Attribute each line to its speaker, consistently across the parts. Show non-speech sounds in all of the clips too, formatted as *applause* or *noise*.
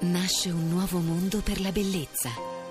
Speaker 1: Nasce un nuovo mondo per la bellezza.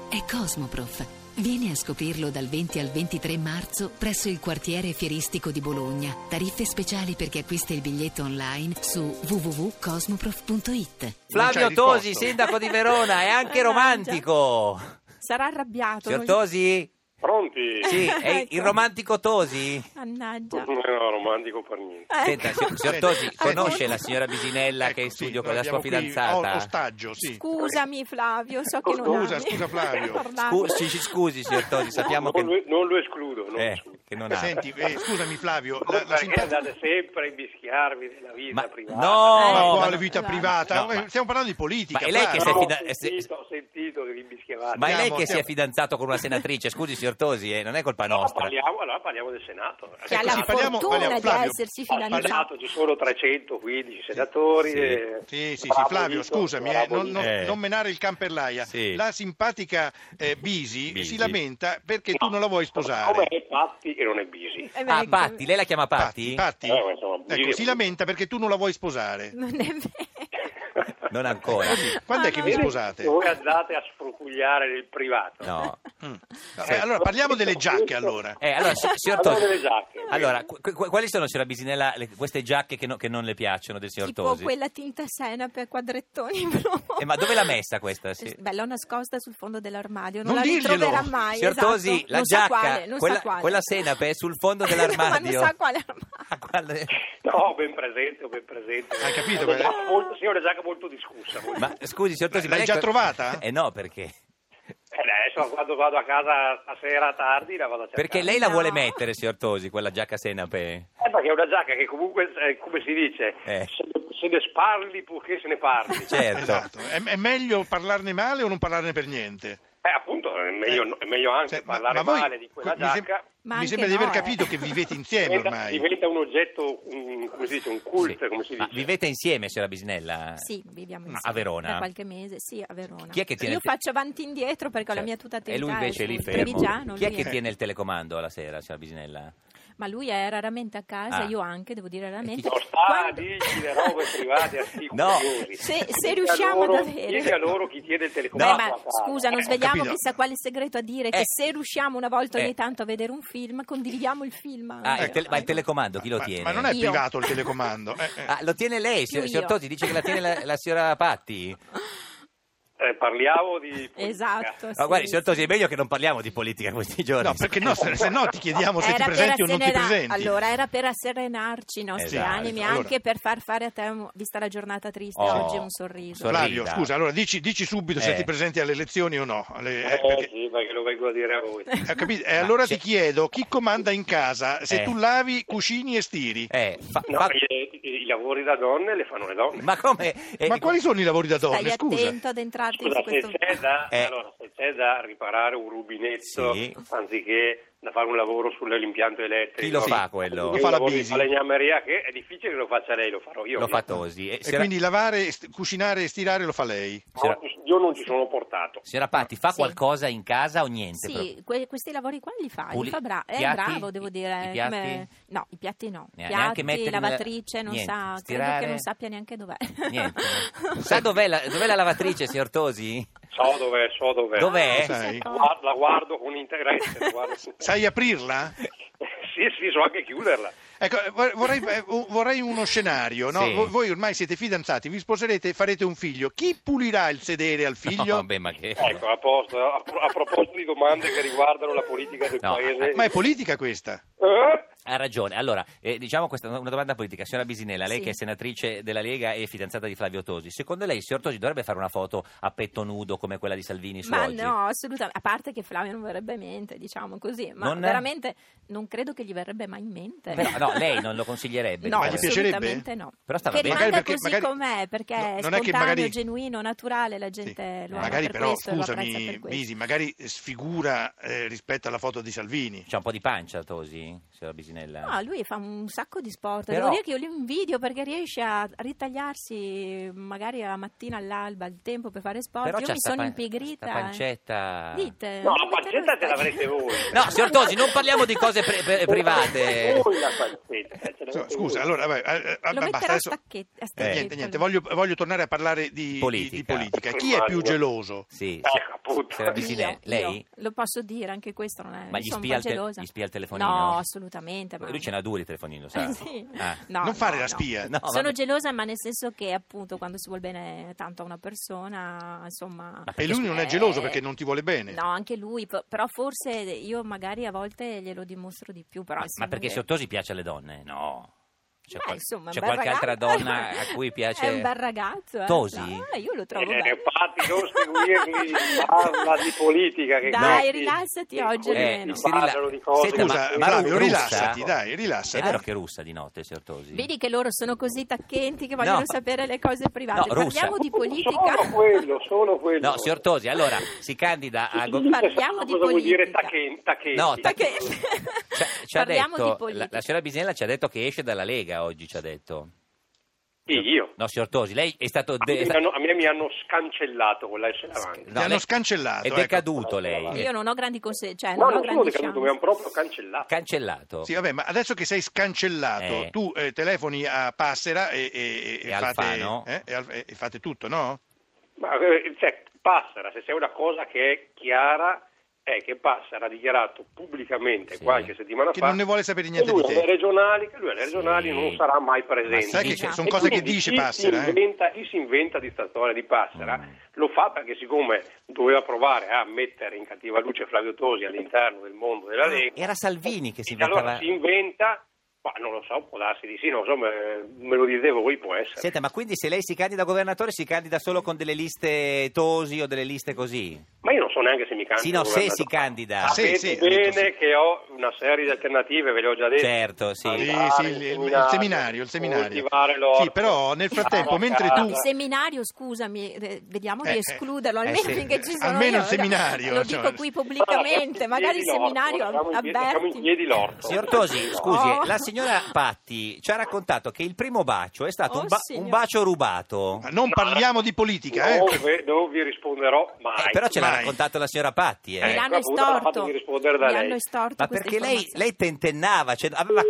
Speaker 1: È Cosmoprof. Vieni a scoprirlo dal 20 al 23 marzo presso il quartiere fieristico di Bologna. Tariffe speciali per chi acquista il biglietto online su www.cosmoprof.it.
Speaker 2: Flavio
Speaker 3: Non c'è
Speaker 2: Tosi,
Speaker 3: risposto.
Speaker 2: sindaco di Verona,
Speaker 4: *laughs*
Speaker 2: è anche
Speaker 4: Mannaggia.
Speaker 2: romantico.
Speaker 4: Sarà arrabbiato.
Speaker 2: Signor
Speaker 4: non-
Speaker 2: Tosi?
Speaker 3: Pronti?
Speaker 4: *laughs*
Speaker 2: Sì, è il
Speaker 4: Ecco.
Speaker 2: romantico Tosi?
Speaker 4: Mannaggia.
Speaker 3: No, romantico per niente.
Speaker 4: Ecco.
Speaker 2: Senta, signor, signor
Speaker 3: Senti,
Speaker 2: Tosi,
Speaker 3: senti.
Speaker 2: conosce la signora Bisinella
Speaker 3: Ecco,
Speaker 2: che è in
Speaker 3: sì,
Speaker 2: studio
Speaker 3: noi
Speaker 2: con la sua
Speaker 3: abbiamo qui Oh, o-
Speaker 2: fidanzata?
Speaker 3: Ostaggio, sì. Oh,
Speaker 4: Scusami Flavio, so che non
Speaker 3: Scusa,
Speaker 4: ami
Speaker 3: scusa,
Speaker 4: *laughs*
Speaker 3: Flavio.
Speaker 4: parlarne.
Speaker 2: Scusi, ci scusi, signor Tosi, sappiamo
Speaker 5: non,
Speaker 2: che,
Speaker 5: lo, non lo escludo, non lo
Speaker 2: eh,
Speaker 5: escludo.
Speaker 2: che non ha.
Speaker 3: Senti, eh, scusami Flavio, la,
Speaker 5: Voi
Speaker 3: la
Speaker 5: perché
Speaker 3: simpatia-
Speaker 5: andate sempre a imbischiarvi della vita
Speaker 2: Ma-
Speaker 5: privata?
Speaker 2: no!
Speaker 3: Ma
Speaker 2: Oh,
Speaker 3: quale
Speaker 2: ma-
Speaker 3: vita
Speaker 4: Eh, no,
Speaker 3: privata? Eh,
Speaker 2: no, ma-
Speaker 3: Stiamo parlando di politica.
Speaker 2: Ma è lei che
Speaker 5: Però
Speaker 3: Flavio.
Speaker 2: si è fida-
Speaker 5: ho,
Speaker 2: eh, se-
Speaker 5: sentito, ho sentito che vi imbischiavate.
Speaker 2: Ma è lei
Speaker 3: Andiamo,
Speaker 2: che si è
Speaker 3: andiamo.
Speaker 2: fidanzato con una senatrice, scusi signor Tosi, eh, non è colpa
Speaker 5: Allora
Speaker 2: nostra.
Speaker 5: parliamo, allora parliamo del Senato.
Speaker 4: Che
Speaker 3: Ecco,
Speaker 4: ha
Speaker 3: sì,
Speaker 4: la
Speaker 3: parliamo-
Speaker 4: fortuna
Speaker 3: parliamo-
Speaker 4: di
Speaker 3: Flavio.
Speaker 4: essersi
Speaker 5: Al
Speaker 4: fidanzato.
Speaker 5: Senato ci sono 315 senatori.
Speaker 2: sì.
Speaker 5: e-
Speaker 3: Sì, sì, sì,
Speaker 5: bravo
Speaker 3: Flavio,
Speaker 5: Vito,
Speaker 3: scusami, eh,
Speaker 5: bravo
Speaker 3: non,
Speaker 5: Vito.
Speaker 3: non-
Speaker 2: Eh.
Speaker 3: non menare il can per l'aia.
Speaker 2: Sì.
Speaker 3: La simpatica eh, Bisi,
Speaker 2: Bisi.
Speaker 3: si lamenta perché tu
Speaker 5: No,
Speaker 3: non la vuoi
Speaker 5: Come
Speaker 3: sposare.
Speaker 5: è Patti e non è Bisi.
Speaker 4: Eh,
Speaker 2: Ah,
Speaker 4: ecco,
Speaker 2: Patti, lei la chiama Patti?
Speaker 3: Patti, Patti.
Speaker 5: Eh, insomma,
Speaker 3: Ecco,
Speaker 5: Bisi-
Speaker 3: si lamenta perché tu non la vuoi sposare.
Speaker 4: *laughs* Non è vero.
Speaker 2: Non ancora.
Speaker 3: Quando è
Speaker 4: Ah,
Speaker 3: che
Speaker 4: no.
Speaker 3: vi sposate?
Speaker 5: Voi andate a sfrucugliare nel privato.
Speaker 2: No.
Speaker 3: Mm. Vabbè, allora parliamo delle giacche allora.
Speaker 2: Eh, allora,
Speaker 5: *laughs*
Speaker 2: si- signor
Speaker 5: Parliamo
Speaker 2: Tosi,
Speaker 5: delle giacche.
Speaker 2: allora, qu- qu- quali sono, signora Bisinella, le- queste giacche che, no- che non le piacciono del signor
Speaker 4: tipo
Speaker 2: Tosi?
Speaker 4: quella tinta senape a quadrettoni *laughs* proprio.
Speaker 2: Eh, ma dove l'ha messa questa? Sì.
Speaker 4: Bella nascosta sul fondo dell'armadio, non,
Speaker 3: Non
Speaker 4: la
Speaker 3: dirglielo.
Speaker 4: ritroverà mai.
Speaker 2: Signor
Speaker 4: esatto.
Speaker 2: Tosi, la
Speaker 4: non sa
Speaker 2: giacca,
Speaker 4: quale, non sa
Speaker 2: quella,
Speaker 4: quale.
Speaker 2: quella senape è sul fondo
Speaker 4: *laughs* ma non
Speaker 2: dell'armadio.
Speaker 4: sa quale armadio.
Speaker 2: *laughs* Ah, quale-
Speaker 5: No, ben presente, ben presente.
Speaker 3: Hai capito,
Speaker 5: È una
Speaker 3: beh?
Speaker 5: giacca molto, sì, è una giacca molto discussa. molto
Speaker 2: Ma scusi, signor Tosi,
Speaker 3: L'hai
Speaker 2: ma
Speaker 3: già
Speaker 2: lei-
Speaker 3: trovata?
Speaker 2: Eh no, perché?
Speaker 5: Eh, adesso quando vado a casa stasera tardi la vado a cercare.
Speaker 2: Perché lei la
Speaker 4: No.
Speaker 2: vuole mettere, signor Tosi, quella giacca senape?
Speaker 5: Eh, perché è una giacca che comunque, eh, come si dice,
Speaker 2: Eh.
Speaker 5: se, se ne sparli purché se
Speaker 2: *laughs*
Speaker 5: ne parli.
Speaker 2: Certo.
Speaker 3: Esatto. È, è meglio parlarne male o non parlarne per niente?
Speaker 5: Eh, appunto, è meglio, è meglio anche
Speaker 3: Cioè, ma-
Speaker 5: parlare
Speaker 3: ma voi-
Speaker 5: male di quella
Speaker 3: mi sem-
Speaker 5: giacca. Esatto,
Speaker 4: Ma
Speaker 3: mi
Speaker 4: anche
Speaker 3: sembra di aver
Speaker 4: no, eh.
Speaker 3: capito che vivete insieme
Speaker 5: Diventa,
Speaker 3: ormai.
Speaker 5: diventa un oggetto, un, come si dice, un cult,
Speaker 2: Sì.
Speaker 5: come si
Speaker 2: Ma
Speaker 5: dice.
Speaker 2: vivete insieme, signora Bisinella?
Speaker 4: Sì, viviamo
Speaker 2: Eh. Ma
Speaker 4: insieme.
Speaker 2: a Verona?
Speaker 4: Da qualche mese, sì, a Verona.
Speaker 2: Chi è che tiene
Speaker 4: Io
Speaker 2: il te-
Speaker 4: faccio avanti e indietro perché ho la
Speaker 2: Cioè,
Speaker 4: mia eh, tuta
Speaker 2: E lui
Speaker 4: teatrale,
Speaker 2: invece lì
Speaker 4: sono
Speaker 2: fermo.
Speaker 4: trevigiano,
Speaker 2: Chi è
Speaker 4: lui
Speaker 2: che tiene il telecomando alla sera, signora Bisinella?
Speaker 4: Ma lui è raramente a
Speaker 2: Ah.
Speaker 4: casa, io anche, devo dire raramente.
Speaker 5: Non sta a
Speaker 4: Quando-
Speaker 5: dirgli le robe
Speaker 2: *laughs*
Speaker 5: private a sti
Speaker 2: No.
Speaker 5: curiosi.
Speaker 4: Se- se
Speaker 5: Dica
Speaker 4: riusciamo ad
Speaker 5: loro-
Speaker 4: avere-
Speaker 5: Dica loro chi tiene il
Speaker 4: Beh,
Speaker 5: telecomando
Speaker 2: No.
Speaker 5: a
Speaker 4: ma
Speaker 5: casa.
Speaker 4: scusa, non
Speaker 5: Eh,
Speaker 4: svegliamo
Speaker 3: capito.
Speaker 4: chissà quale segreto a dire
Speaker 2: Eh.
Speaker 4: che se riusciamo una volta ogni
Speaker 2: Eh.
Speaker 4: tanto a vedere un film, condividiamo il film.
Speaker 2: Ah,
Speaker 4: anche.
Speaker 2: il tele- ma il telecomando chi lo
Speaker 3: ma,
Speaker 2: tiene?
Speaker 3: ma non è
Speaker 4: Io.
Speaker 3: privato il telecomando. eh, eh.
Speaker 2: Ah, lo tiene lei,
Speaker 4: Più
Speaker 2: signor, signor
Speaker 4: io.
Speaker 2: Tosi, dice che la tiene la, la signora Patti.
Speaker 5: eh, parliamo di... politica.
Speaker 4: Esatto.
Speaker 5: Eh.
Speaker 2: Ma
Speaker 4: sì,
Speaker 2: guardi, signor
Speaker 4: sì.
Speaker 2: Tosi, è meglio che non parliamo di politica questi giorni.
Speaker 3: No, perché no, se, se no ti chiediamo se ti
Speaker 4: Era per
Speaker 3: presenti o non ti
Speaker 4: assenera-
Speaker 3: presenti.
Speaker 4: Allora, era per asserenarci i nostri
Speaker 2: Esatto.
Speaker 4: animi,
Speaker 3: Allora.
Speaker 4: anche per far fare a te, un- vista la giornata triste,
Speaker 2: Oh,
Speaker 4: oggi un sorriso.
Speaker 2: sorriso.
Speaker 3: Flavio,
Speaker 2: Sorrida.
Speaker 3: scusa, allora dici, dici subito se
Speaker 2: Eh.
Speaker 3: ti presenti alle elezioni o no. alle- eh,
Speaker 5: Eh,
Speaker 3: perché-
Speaker 5: sì, perché lo vengo a dire
Speaker 3: *laughs*
Speaker 5: a voi.
Speaker 3: eh, capito? E allora
Speaker 2: c'è-
Speaker 3: ti chiedo chi comanda in casa se
Speaker 2: Eh.
Speaker 3: tu lavi, cucini e stiri.
Speaker 2: Eh, fa-
Speaker 5: No,
Speaker 2: fa-
Speaker 5: i, i- i lavori da donne le fanno le donne.
Speaker 2: ma come? eh,
Speaker 3: Ma quali sono i lavori da donne?
Speaker 4: Stai
Speaker 3: Scusa.
Speaker 4: attento ad entrarti
Speaker 5: Scusa,
Speaker 4: su questo...
Speaker 5: se, c'è da,
Speaker 2: Eh.
Speaker 5: allora, se c'è da riparare un rubinetto
Speaker 2: Sì.
Speaker 5: anziché da fare un lavoro sull'impianto elettrico,
Speaker 2: Chi lo fa
Speaker 5: Sì.
Speaker 2: quello?
Speaker 5: Un
Speaker 3: Lo fa la
Speaker 5: lavoro di
Speaker 3: Bisi.
Speaker 5: falegnameria che è difficile che lo faccia lei, lo farò io.
Speaker 2: Lo
Speaker 5: No.
Speaker 2: fa Tosi. Eh,
Speaker 3: E
Speaker 2: signora,
Speaker 3: quindi lavare, st- cucinare e stirare lo fa lei.
Speaker 5: No, Io non ci sono portato.
Speaker 2: signora Patti, fa
Speaker 4: Sì.
Speaker 2: qualcosa in casa o niente?
Speaker 4: Sì, que- questi lavori qua li fa,
Speaker 2: Puli-
Speaker 4: li fa bra- è
Speaker 2: piatti?
Speaker 4: bravo, devo
Speaker 2: I-
Speaker 4: dire. eh,
Speaker 2: i piatti?
Speaker 4: come- No, i piatti no.
Speaker 2: Ne- neanche metterli
Speaker 4: piatti,
Speaker 2: nella-
Speaker 4: lavatrice, non
Speaker 2: niente,
Speaker 4: sa, credo
Speaker 2: stirare?
Speaker 4: che non sappia neanche dov'è. *laughs*
Speaker 2: Niente. Sa dov'è la, dov'è la lavatrice, signor Tosi?
Speaker 5: So dov'è, so dov'è.
Speaker 2: Dov'è?
Speaker 3: Lo sai?
Speaker 5: La guar- La guardo con interesse. la guardo-
Speaker 3: Sai aprirla?
Speaker 5: *laughs* sì, sì, so anche chiuderla.
Speaker 3: Ecco, eh, vor- vorrei, eh, un- vorrei uno scenario, no?
Speaker 2: Sì.
Speaker 3: Vo- Voi ormai siete fidanzati, vi sposerete e farete un figlio. Chi pulirà il sedere al figlio?
Speaker 2: No, beh, ma che...
Speaker 4: Eh.
Speaker 5: Ecco, a posto. A, pro- a proposito di domande che riguardano la politica del
Speaker 2: No,
Speaker 5: paese.
Speaker 3: Ma è politica questa?
Speaker 5: Eh?
Speaker 2: Ha ragione. Allora, eh, diciamo questa una domanda politica. Signora Bisinella, lei
Speaker 4: Sì.
Speaker 2: che è senatrice della Lega e fidanzata di Flavio Tosi, secondo lei il signor Tosi dovrebbe fare una foto a petto nudo come quella di Salvini su
Speaker 4: Ma
Speaker 2: oggi?
Speaker 4: no, assolutamente. A parte che Flavio non verrebbe in mente, diciamo così. Ma
Speaker 2: Non-
Speaker 4: veramente non credo che gli verrebbe mai in mente.
Speaker 2: Però-
Speaker 4: *laughs*
Speaker 2: no, lei non lo consiglierebbe.
Speaker 4: No,
Speaker 3: Ma gli piacerebbe?
Speaker 4: assolutamente no.
Speaker 2: Però stava
Speaker 4: che
Speaker 2: bene.
Speaker 4: rimanga
Speaker 3: Magari perché-
Speaker 4: così
Speaker 3: magari-
Speaker 4: com'è, perché
Speaker 3: No,
Speaker 4: è
Speaker 3: non è che
Speaker 4: spontaneo,
Speaker 3: magari-
Speaker 4: genuino, naturale, la
Speaker 3: Sì.
Speaker 4: gente lo ama
Speaker 3: magari
Speaker 4: per
Speaker 3: però,
Speaker 4: questo e lo apprezza
Speaker 3: scusami,
Speaker 4: per questo.
Speaker 3: Bisi, magari sfigura eh, rispetto alla foto di Salvini.
Speaker 2: C'è un po' di pancia Tosi, signora Cucinella?
Speaker 4: No, lui fa un sacco di sport.
Speaker 2: Però-
Speaker 4: Devo dire che io li invidio perché riesce a ritagliarsi magari la mattina all'alba il tempo per fare sport.
Speaker 2: Però
Speaker 4: io
Speaker 2: c'ha
Speaker 4: mi
Speaker 2: sta
Speaker 4: sono
Speaker 2: pan-
Speaker 4: impigrita. eh.
Speaker 2: sta pancetta.
Speaker 4: Dite.
Speaker 5: No, la
Speaker 4: dite
Speaker 5: pancetta
Speaker 4: voi.
Speaker 5: ce l'avrete voi.
Speaker 2: No, signor Tosi, non parliamo di cose pre- pre-
Speaker 4: Eh,
Speaker 2: private.
Speaker 5: *laughs* Voi la pancetta, ce l'avete
Speaker 3: Scusa,
Speaker 5: voi.
Speaker 3: allora, vai, eh, eh,
Speaker 4: Lo
Speaker 3: basta,
Speaker 4: metterò a
Speaker 3: adesso-
Speaker 4: stacchetti. a
Speaker 2: Eh.
Speaker 4: stacchetti.
Speaker 3: Niente, niente, voglio, voglio tornare a parlare di di- di politica.
Speaker 2: Politica.
Speaker 3: Chi è più geloso?
Speaker 2: Sì,
Speaker 5: Ecco, appunto.
Speaker 2: se la
Speaker 4: Io,
Speaker 2: avvicina-
Speaker 4: io,
Speaker 2: lei?
Speaker 4: lo posso dire, anche questo non è.
Speaker 2: Ma
Speaker 4: io
Speaker 2: gli
Speaker 4: sono
Speaker 2: spia,
Speaker 4: un
Speaker 2: al
Speaker 4: po'
Speaker 2: te-
Speaker 4: gelosa.
Speaker 2: gli spia il telefonino?
Speaker 4: No, assolutamente. Ma...
Speaker 2: Lui ce n'ha due di telefonino, sa?
Speaker 4: *laughs* Sì.
Speaker 2: Ah.
Speaker 4: No,
Speaker 3: non fare
Speaker 4: no,
Speaker 3: la
Speaker 4: no.
Speaker 3: spia.
Speaker 2: No,
Speaker 4: Sono
Speaker 2: vabbè.
Speaker 4: gelosa, ma nel senso che appunto quando si vuol bene tanto a una persona, insomma.
Speaker 2: Ma
Speaker 3: E lui non è
Speaker 4: Eh,
Speaker 3: geloso perché non ti vuole bene.
Speaker 4: No, anche lui, p- però forse io magari a volte glielo dimostro di più. Però,
Speaker 2: Ma,
Speaker 4: insomma,
Speaker 2: ma perché
Speaker 4: che-
Speaker 2: signor Tosi piace alle donne? No. C'è,
Speaker 4: Beh,
Speaker 2: qual-
Speaker 4: insomma,
Speaker 2: c'è
Speaker 4: un bel
Speaker 2: qualche altra
Speaker 4: ragazzo.
Speaker 2: donna a cui piace...
Speaker 4: *laughs* È un bel ragazzo. eh.
Speaker 2: Tosi?
Speaker 4: No, io lo trovo
Speaker 5: Eh,
Speaker 4: bello.
Speaker 5: infatti,
Speaker 4: *laughs*
Speaker 5: non seguirli, parla di politica. Che
Speaker 4: Dai,
Speaker 5: così-
Speaker 4: rilassati
Speaker 5: che
Speaker 4: oggi
Speaker 2: Eh,
Speaker 5: così
Speaker 4: almeno.
Speaker 5: si
Speaker 2: si rila-
Speaker 5: parlano di cose.
Speaker 2: Senta,
Speaker 3: Scusa,
Speaker 2: ma- ma
Speaker 3: Flavio,
Speaker 2: russa? Eh,
Speaker 3: rilassati, dai,
Speaker 2: È
Speaker 3: rilassati.
Speaker 2: vero che è russa di notte, signor Tosi?
Speaker 4: Vedi che loro sono così tacchenti che vogliono
Speaker 2: No.
Speaker 4: sapere le cose private.
Speaker 2: No, russa.
Speaker 4: Parliamo di politica.
Speaker 5: Solo quello, solo quello.
Speaker 2: No, signor Tosi, allora si candida a... go-
Speaker 4: Parliamo di
Speaker 5: cosa vuol dire
Speaker 4: politica.
Speaker 5: tacchenti? tacchenti?
Speaker 2: No,
Speaker 4: *laughs* Perché-
Speaker 2: Ci ha- ci ha
Speaker 4: Parliamo di
Speaker 2: detto,
Speaker 4: politica.
Speaker 2: la, la signora Bisinella ci ha detto che esce dalla Lega oggi, ci ha detto.
Speaker 5: Sì, io.
Speaker 2: No, signor Tosi, lei è stato... de-
Speaker 5: a, me mi hanno, a me mi hanno scancellato con la S davanti.
Speaker 2: no,
Speaker 3: Gli hanno
Speaker 2: lei-
Speaker 3: scancellato,
Speaker 2: È
Speaker 3: ecco.
Speaker 2: decaduto lei.
Speaker 4: Io non ho grandi consegne, cioè non ho
Speaker 5: No, non sono
Speaker 4: grandi
Speaker 5: decaduto, mi
Speaker 4: chance.
Speaker 5: hanno proprio cancellato.
Speaker 2: Cancellato.
Speaker 3: Sì, vabbè, ma adesso che sei scancellato,
Speaker 2: Eh.
Speaker 3: tu eh, telefoni a Passera e, e- e
Speaker 2: E Alfano.
Speaker 3: fate, eh, e al- e- e fate tutto, no?
Speaker 5: Ma, eh, cioè, Passera, se c'è una cosa che è chiara, è che Passera ha dichiarato pubblicamente
Speaker 2: Sì.
Speaker 5: qualche settimana
Speaker 3: Che
Speaker 5: fa
Speaker 3: non ne vuole sapere niente
Speaker 5: che lui
Speaker 3: di te.
Speaker 5: alle regionali, che lui alle regionali
Speaker 2: Sì.
Speaker 5: non sarà mai presente.
Speaker 2: Ma sai che
Speaker 5: Dice-
Speaker 4: Diciamo.
Speaker 2: sono
Speaker 5: e
Speaker 3: cose
Speaker 5: quindi
Speaker 3: che dice
Speaker 5: chi
Speaker 3: Passera,
Speaker 5: Si
Speaker 3: eh?
Speaker 5: inventa, chi si inventa di sta storia di Passera
Speaker 2: Mm.
Speaker 5: lo fa perché siccome doveva provare a mettere in cattiva luce Flavio Tosi all'interno del mondo della
Speaker 2: Ah,
Speaker 5: Lega.
Speaker 2: era Salvini che si
Speaker 5: e
Speaker 2: inventava...
Speaker 5: allora si inventa, ma non lo so, può darsi di sì, non lo so, me, me lo dite voi, può essere.
Speaker 2: Senta, ma quindi se lei si candida a governatore si candida solo con delle liste Tosi o delle liste così?
Speaker 5: Ma io non so neanche se mi candido.
Speaker 2: Sì, no, se
Speaker 5: governatore.
Speaker 2: si candida.
Speaker 3: Ah, sì,
Speaker 5: Sapete
Speaker 3: sì, ha
Speaker 5: bene
Speaker 3: detto sì.
Speaker 5: che ho una serie di alternative, ve le ho già dette. Ah,
Speaker 2: Certo, sì.
Speaker 3: Sì,
Speaker 5: Andare,
Speaker 3: sì, il, il- il seminario, il seminario.
Speaker 5: coltivare l'orto.
Speaker 3: Sì, però nel frattempo,
Speaker 5: Ah,
Speaker 3: mentre
Speaker 5: ah,
Speaker 3: tu...
Speaker 4: Il seminario, scusami, eh, vediamo
Speaker 3: Eh,
Speaker 4: di
Speaker 3: eh,
Speaker 4: escluderlo,
Speaker 2: eh,
Speaker 4: almeno
Speaker 2: sì.
Speaker 4: finché ci sono
Speaker 3: Almeno
Speaker 4: io, cioè,
Speaker 3: il seminario,
Speaker 4: Lo
Speaker 3: insomma.
Speaker 4: dico qui pubblicamente, magari il seminario
Speaker 5: Ah, siamo in piedi, siamo in
Speaker 4: avverti.
Speaker 5: piedi l'orto.
Speaker 2: Signor Tosi, scusi,
Speaker 4: Oh.
Speaker 2: la signora Patti ci ha raccontato che il primo bacio è stato
Speaker 4: Oh,
Speaker 2: un, ba-
Speaker 4: signor-
Speaker 2: un bacio rubato. Eh,
Speaker 3: Ma non parliamo di politica, eh?
Speaker 5: Dove, non vi risponderò mai.
Speaker 2: Eh, però ce l'ha
Speaker 3: Mai.
Speaker 2: raccontato la signora Patti, eh.
Speaker 4: Mi hanno
Speaker 5: Ecco, appunto,
Speaker 4: estorto.
Speaker 5: fatemi rispondere da
Speaker 4: Mi
Speaker 5: lei.
Speaker 4: hanno estorto
Speaker 2: Ma
Speaker 4: questa
Speaker 2: perché lei,
Speaker 4: informazione.
Speaker 2: lei tentennava, cioè, aveva-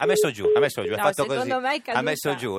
Speaker 2: ha messo giù, ha messo giù, ha
Speaker 4: No,
Speaker 2: fatto
Speaker 4: secondo
Speaker 2: così,
Speaker 4: me è
Speaker 2: ha
Speaker 4: caduta.
Speaker 2: messo giù.